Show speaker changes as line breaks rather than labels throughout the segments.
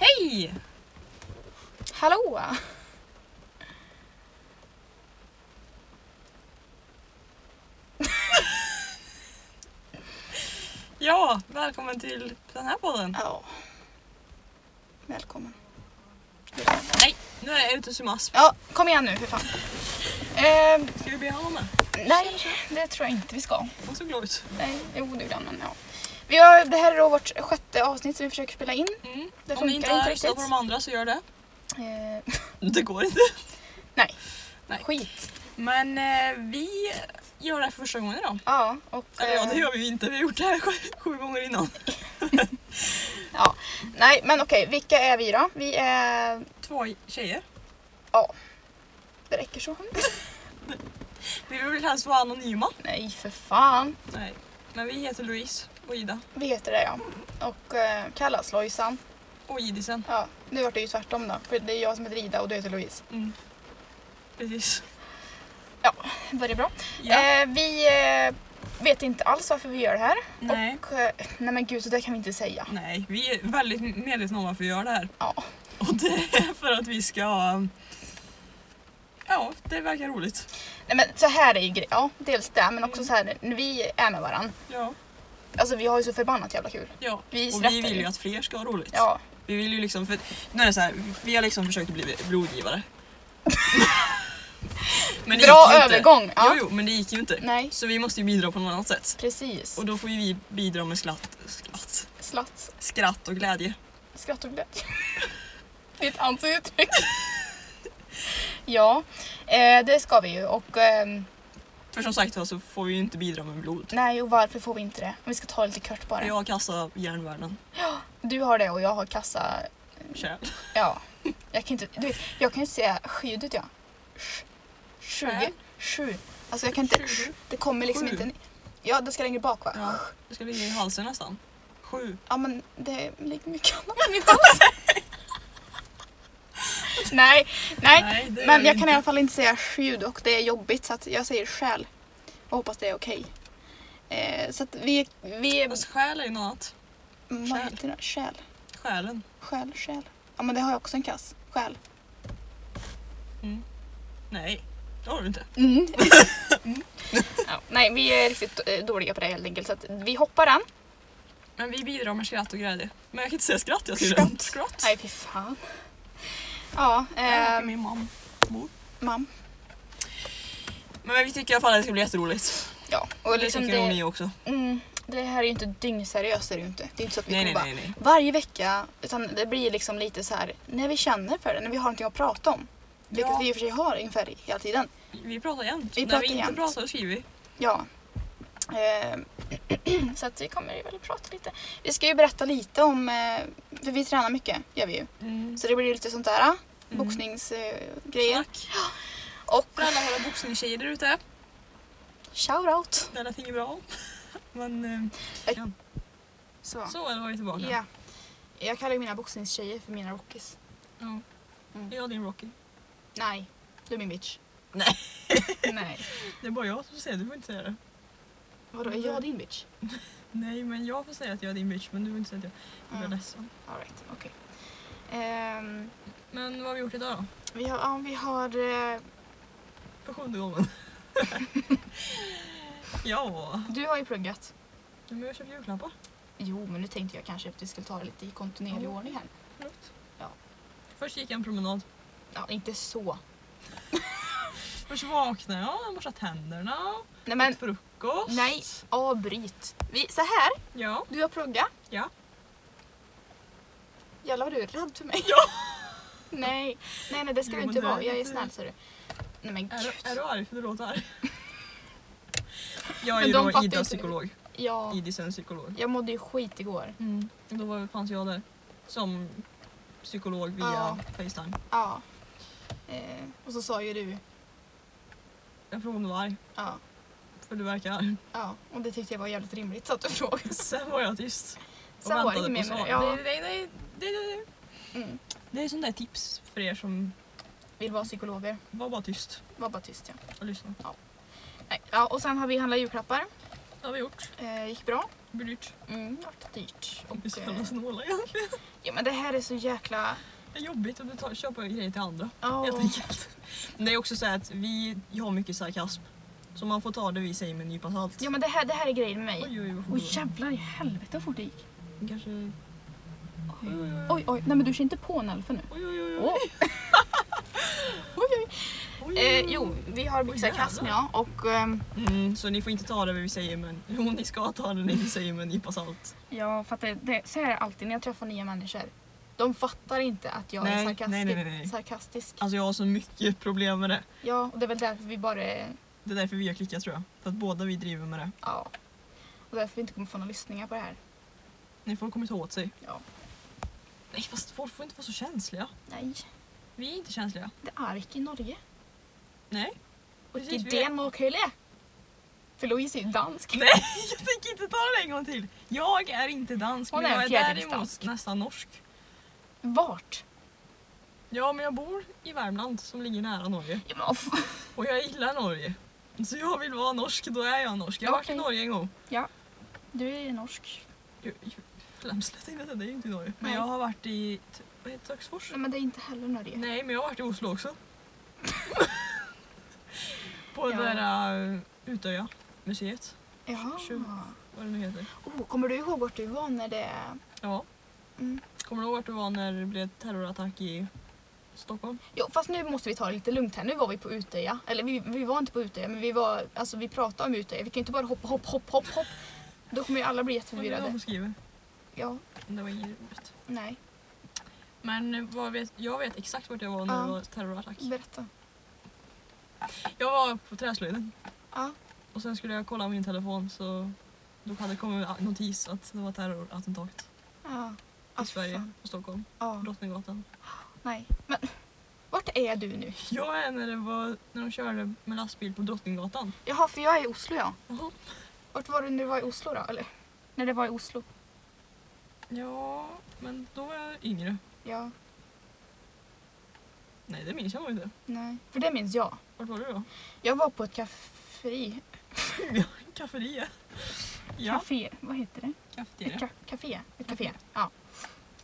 Hej!
Hallå!
Ja, välkommen till den här podden.
Ja. Välkommen.
Nej, nu är jag ute som asp.
Ja, kom igen nu för fan. Eh,
Ska vi bli av med?
nej, det tror jag inte vi ska.
Hon såg glad ut.
Nej, jo det gjorde han men ja. Vi har, det här är då vårt sjätte avsnitt som vi försöker spela in.
Mm.
Det
Om ni
funkar
inte
inte,
har
riktigt.
röstat på de andra så gör det.
Eh,
Det går inte.
skit.
Men eh, vi gör det här för första gången idag.
Ja, och...
Eller ja, det
eh,
gör vi ju inte. Vi har gjort det här sju, sju gånger innan.
ja. Nej, men okej, vilka är vi då? Vi är...
Två tjejer.
Det räcker så.
Vi vill helst vara anonyma.
Nej, för fan.
Nej. Men vi heter Louise och Ida.
Vi heter det ja. Och eh, kallas Lojsan.
Och Idisen.
Ja, nu vart det ju tvärtom då. För det är jag som heter Ida och du heter Louise.
Mm. Eh, Precis.
Var det bra?
Ja.
Eh, vi eh, vet inte alls varför vi gör det här.
Nej.
Och, eh, nej men gud, så det kan vi inte säga.
Nej, vi är väldigt medvetna om varför vi gör det här.
Ja.
Och det är för att vi ska... um, Ja, det verkar roligt.
Nej men så här är ju grejen. Ja, dels det, men
Mm.
också så här när vi är med varandra.
Ja.
Alltså vi har ju så förbannat jävla kul.
ja.
Vi
Och
skrattar
vi vill
ju.
ju att fler ska ha roligt.
Ja.
Vi vill ju liksom... För, nu är det så här, vi har liksom försökt bli blodgivare. Men det
Bra
gick ju inte.
övergång! Ja.
Jo, jo, men det gick ju inte.
Nej.
Så vi måste ju bidra på något annat sätt.
Precis.
Och då får ju vi bidra med skratt, skratt,
Slatt.
skratt och glädje.
Skratt och glädje. Det är ett ansiktsuttryck. ja, eh, det ska vi ju. Och ehm,
För som sagt var så får vi ju inte bidra med blod.
nej, och varför får vi inte det? Om vi ska ta det lite kort bara.
Jag kastar järnvärden.
Du har det och jag har kassa...
Kärl.
Ja. Jag kan inte... Du vet, jag kan inte säga skyddet jag. Sh- Sjuge.
Nej.
Sju. Alltså jag kan inte...
Sjuge.
Det kommer liksom
Sju.
inte... Ja, det ska längre bak va?
Ja, det ska ligga i halsen nästan. Sju.
Ja men det ligger mycket annat i min hals. nej, nej.
Nej, det gör
men
vi
jag kan i
inte.
alla fall inte säga sjud och det är jobbigt så att jag säger själ. Och hoppas det är okej. Eh, så att vi... vi är,
Fast själ är ju något annat.
vad
Alltså, själ.
heter det? Själ.
Själen.
Själ, själ. Ja men det har jag också en kass. Själ.
Nej, det har du inte.
Mm. ja, nej, vi är riktigt eh, dåliga på det helt enkelt. Så att vi hoppar den.
Men vi bidrar med skratt och glädje. Men jag kan inte säga skratt, jag säger
Skratt.
skratt. skratt.
Nej, fy fan. Ja,
Jag är
eh,
min mam. Mor.
mam.
Men, men vi tycker i alla fall att det ska bli jätteroligt.
Ja, och
Det
liksom
tycker nog ni
det,
också.
mm, det här är ju inte dyngseriöst. Är det, ju inte. det är inte så att vi
Nej,
kommer
nej,
bara
nej, nej.
varje vecka. Utan det blir liksom lite så här när vi känner för det, när vi har någonting att prata om. Vilket
Ja.
vi i och för sig har ungefär hela tiden.
Vi pratar jämt.
Vi
När
pratar
vi inte
jämt.
pratar så skriver vi.
Ja. Eh, så att vi kommer väl prata lite. Vi ska ju berätta lite om, eh, för vi tränar mycket, gör vi ju.
Mm.
Så det blir lite sånt där ah, boxningsgrejer.
Tack.
Och
För alla våra boxningstjejer där ute.
shoutout!
Det lät inget bra. Men eh,
Så.
så är vi tillbaka.
Ja. Jag kallar ju mina boxningstjejer för mina rockies.
Ja.
Mm.
Jag och din Rocky.
Nej, du är min bitch.
Nej.
Nej.
Det är bara jag som säger det, du får inte säga det.
Vadå, är jag din bitch?
Nej men jag får säga att jag är din bitch men du får inte säga att jag, jag är
Mm.
ledsen.
Alright, okej. Ehm,
Men vad har vi gjort idag då?
vi har, ja, vi har eh,
För sjunde gången. ja,
du har ju pluggat.
men jag köpte julklappar.
Jo, men nu tänkte jag kanske att vi skulle ta det lite i kontinuerlig
Ja.
ordning här.
Förlåt.
Ja.
Först gick jag en promenad.
Ja, inte så.
Först vaknade jag, borstade tänderna,
Nej men,
åt frukost.
nej, avbryt. Vi, så här,
Ja.
du har pluggat.
Ja.
Jävlar vad du är rädd för mig.
Ja.
Nej, nej, nej det ska
Jo,
du
men
inte
det är
vara. Jag är
lite-
snäll, ser du. Nej men
Är, du- är
gud.
du arg för du låter arg? Jag är
Men
ju
de
då
fattar
Idas
inte.
psykolog.
Ja,
Idisens psykolog.
jag mådde ju skit igår.
Då var, fanns jag där som psykolog via
Ja.
Facetime.
Ja. Eh, och så sa ju du,
Jag frågade om du var arg,
ja,
för du verkar arg.
ja. Och det tyckte jag var jävligt rimligt så att du frågade.
Sen var jag tyst. och
Sen var det
väntade
inget
på
mer med
svar.
det. Ja.
Det, det, det, det, det,
Mm.
det är sånt där tips för er som
Vill vara psykologer.
var bara tyst
Var bara tyst ja.
och lyssna.
Nej, ja och sen har vi handlat julklappar.
Det har vi gjort.
Eh, gick bra.
Det blir dyrt.
Mm, vart dyrt.
Vi är så
Och,
jävla
eh,
snåla egentligen.
ja, men det här är så jäkla...
Det är jobbigt att betala, köpa grejer till andra
Ja.
helt enkelt. Men det är också så här att vi har mycket sarkasm. Så man får ta det vi säger med en nypa salt.
Ja, men det här, det här är grejen med mig.
Oj oj vad
Oj
fort det
jävlar i helvete vad fort det gick.
går. Kanske... Oj oj oj.
Oj, oj. Nej men du kör inte på en alfa nu.
Oj oj oj.
Åh.
oj.
Oj, oj.
Oj, oj,
Eh,
oj.
jo, vi har
Oj,
byxarkasm ja
jävlar.
och... ehm,
Mm, så ni får inte ta det vi säger men... Jo ni ska ta det ni säger med en nypa salt.
jag fattar, det, så här är det alltid när jag träffar nya människor. De fattar inte att jag är
Nej,
sarkastisk.
nej, nej, nej, nej.
sarkastisk.
Alltså jag har så mycket problem med det.
Ja, och det är väl därför vi bara... är-
Det är därför vi har klickat tror jag. För att båda vi driver med det.
Ja. Och därför vi inte kommer få några lyssningar på det här.
Ni får komma ta åt sig.
Ja.
Nej fast folk får inte vara så känsliga.
Nej,
Vi är inte känsliga.
det är inte i Norge.
Nej.
Och
Precis,
i
vi är-
Danmark höll För Louise är ju dansk.
Nej, jag tänker inte ta det en gång till. Jag är inte dansk,
Hon
men
är
jag är
fjärdedelsdansk.
däremot nästan norsk.
Vart?
Ja, men jag bor i Värmland som ligger nära Norge.
Ja, men, off.
Och jag gillar Norge. Så jag vill vara norsk, då är jag norsk. Jag har varit i
Okej.
Norge en gång.
Du är ju norsk.
Jag- jag- Flämslet tänkte jag säga, det är ju inte i Norge. Men
Nej.
jag har varit i T- vad heter det, Töcksfors.
Nej men det är inte heller Norge.
Nej, men jag har varit i Oslo också. På
Ja.
det där uh, Utöja museet,
Jaha.
Tjugo. vad det nu heter.
Oh, kommer du ihåg vart du var när det...
Ja.
Mm.
Kommer du ihåg vart du var när det blev terrorattack i Stockholm?
Jo, fast nu måste vi ta det lite lugnt här. Nu var vi på Utöja. Eller vi, vi var inte på Utöja, men vi, var, alltså, vi pratade om Utöja. Vi kan ju inte bara hoppa, hopp, hopp, hopp, hopp. Då kommer ju alla bli
Förvirrade.
jätteförvirrade.
som skriver.
Ja,
Det var inget roligt.
nej.
Men vad vet, jag vet exakt vart jag var när
Ja.
det var terrorattack.
Berätta.
Jag var på träslöjden
Ja.
och sen skulle jag kolla min telefon så då hade det kommit en notis att det var terrorattentat
Ja. Alltså,
i Sverige
Ah, fan.
och Stockholm,
Ja,
Drottninggatan.
nej. Men vart är du nu?
Jag är när, det var, när de körde med lastbil på Drottninggatan.
Jaha, för jag är i Oslo ja.
Jaha.
Vart var du när du var i Oslo då? Eller? När det var i Oslo?
Ja, men då var jag yngre.
Ja,
Nej, det minns jag nog inte.
nej. För det minns jag.
Vart var du då?
Jag var på ett kafferi.
Kafferiet. Ja,
Café, vad heter det? Ett
kafeteria.
ka- café. Ett café. Ja.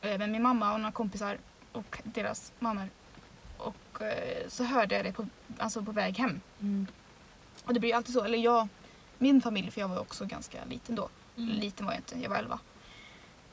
Eh, Men min mamma och några kompisar och deras mammor. Och eh, så hörde jag det på, alltså på väg hem.
Mm.
Och det blir ju alltid så. Eller jag, min familj, för jag var ju också ganska liten då.
Mm.
Liten var jag inte, jag var 11.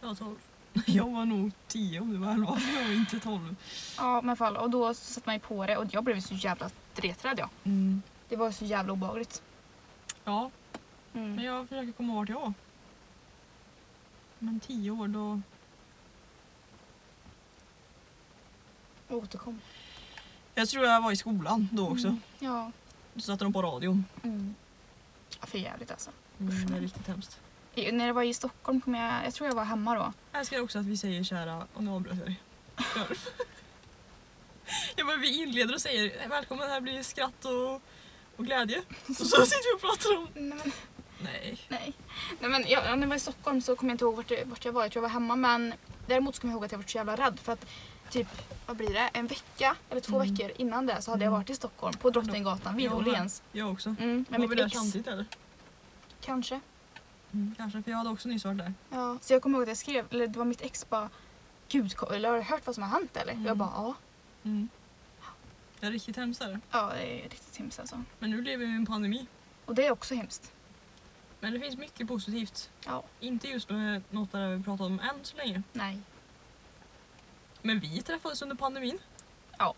Jag var 12. Jag var nog 10 om du var 11, för jag var inte 12.
Ja, men i alla fall. Och då satte man ju på det och jag blev så jävla reträdd jag.
Mm.
Det var ju så jävla obehagligt.
Ja, men
Mm.
jag försöker komma ihåg vart jag var. Men 10 år då...
Och återkom.
Jag tror jag var i skolan då också.
Mm. Ja.
Så satte de på radion.
Mm. Ja, för jävligt alltså.
Mm, det är riktigt hemskt.
I, när jag var i Stockholm kom jag, jag tror jag var hemma då.
Jag älskar också att vi säger kära... Och nu avbröt jag dig. Kör. ja, men vi inleder och säger välkommen, här blir skratt och, och glädje. Och så sitter vi och pratar om...
Nej, men
Nej.
Nej. Nej men jag, när jag var i Stockholm så kommer jag inte ihåg vart, det- vart jag var. Jag tror jag var hemma men däremot så kommer jag ihåg att jag var så jävla rädd för att typ, vad blir det, en vecka eller två
Mm.
veckor innan det så hade jag
Mm.
varit i Stockholm på Drottninggatan vid
Ja, men-
Åhléns.
Jag också.
Mm, med
var vi
mitt
där
ex.
samtidigt eller?
Kanske.
Mm, kanske, för jag hade också nyss varit där.
Ja. Så jag kommer ihåg att jag skrev, eller det var mitt ex bara Gud, ko- eller har du hört vad som har hänt eller?
Mm.
Jag bara ja.
Mm. Det är riktigt hemskt är det.
Ja, det är riktigt hemskt alltså.
Men nu lever vi i en pandemi.
Och det är också hemskt.
Men det finns mycket positivt.
Ja.
Inte just med något där vi pratat om än så länge.
Nej.
Men vi träffades under pandemin.
Ja.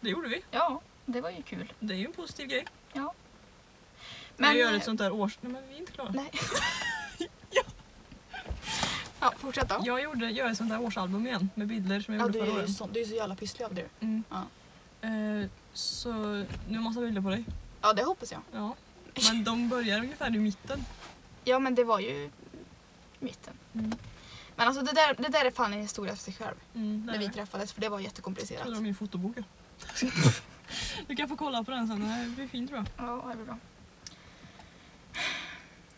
Det gjorde vi.
Ja, det var ju kul.
Det är ju en positiv grej. Men,
Men, eh,
jag gör ett sånt där års... Nej men vi är inte klara.
Nej. ja. Ja, fortsätt då.
Jag gjorde, gör ett sånt där årsalbum igen med bilder som jag
Ja,
gjorde
du
förra
är ju
året.
sån, du är så jävla pysslig av du.
Mm.
Ja.
Eh, så nu är massa bilder på dig.
Ja, det hoppas jag.
Ja. Men de börjar ungefär i mitten.
Ja, men det var ju mitten.
Mm.
Men alltså det där, det där är fan en historia för sig själv.
Mm, där
När
är
vi
det.
träffades, för det var
Jag
jättekomplicerat.
tog min fotobok. ja. du kan få kolla på den sen. Den här blir fin tror jag.
Ja, det blir bra.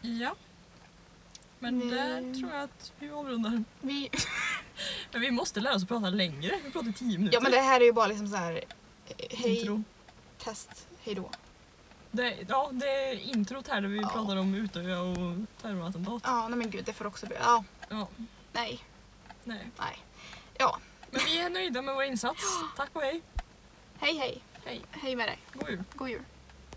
Ja. Men
Vi-
där tror jag att vi avrundar.
Vi,
Men vi måste lära oss att prata längre. Vi pratar i tio minuter.
ja, men det här är ju bara liksom så här eh, hej,
Intro.
test, hej då.
Det, ja, det är introt här där vi
Ja.
pratar om Utöya och terrorattentat.
Ja, nej men gud, det får också bli... Ja,
Ja,
nej,
nej.
nej. Ja,
Men vi är nöjda med vår insats. Tack och hej.
hej hej.
Hej.
Hej med dig.
God jul.
God jul.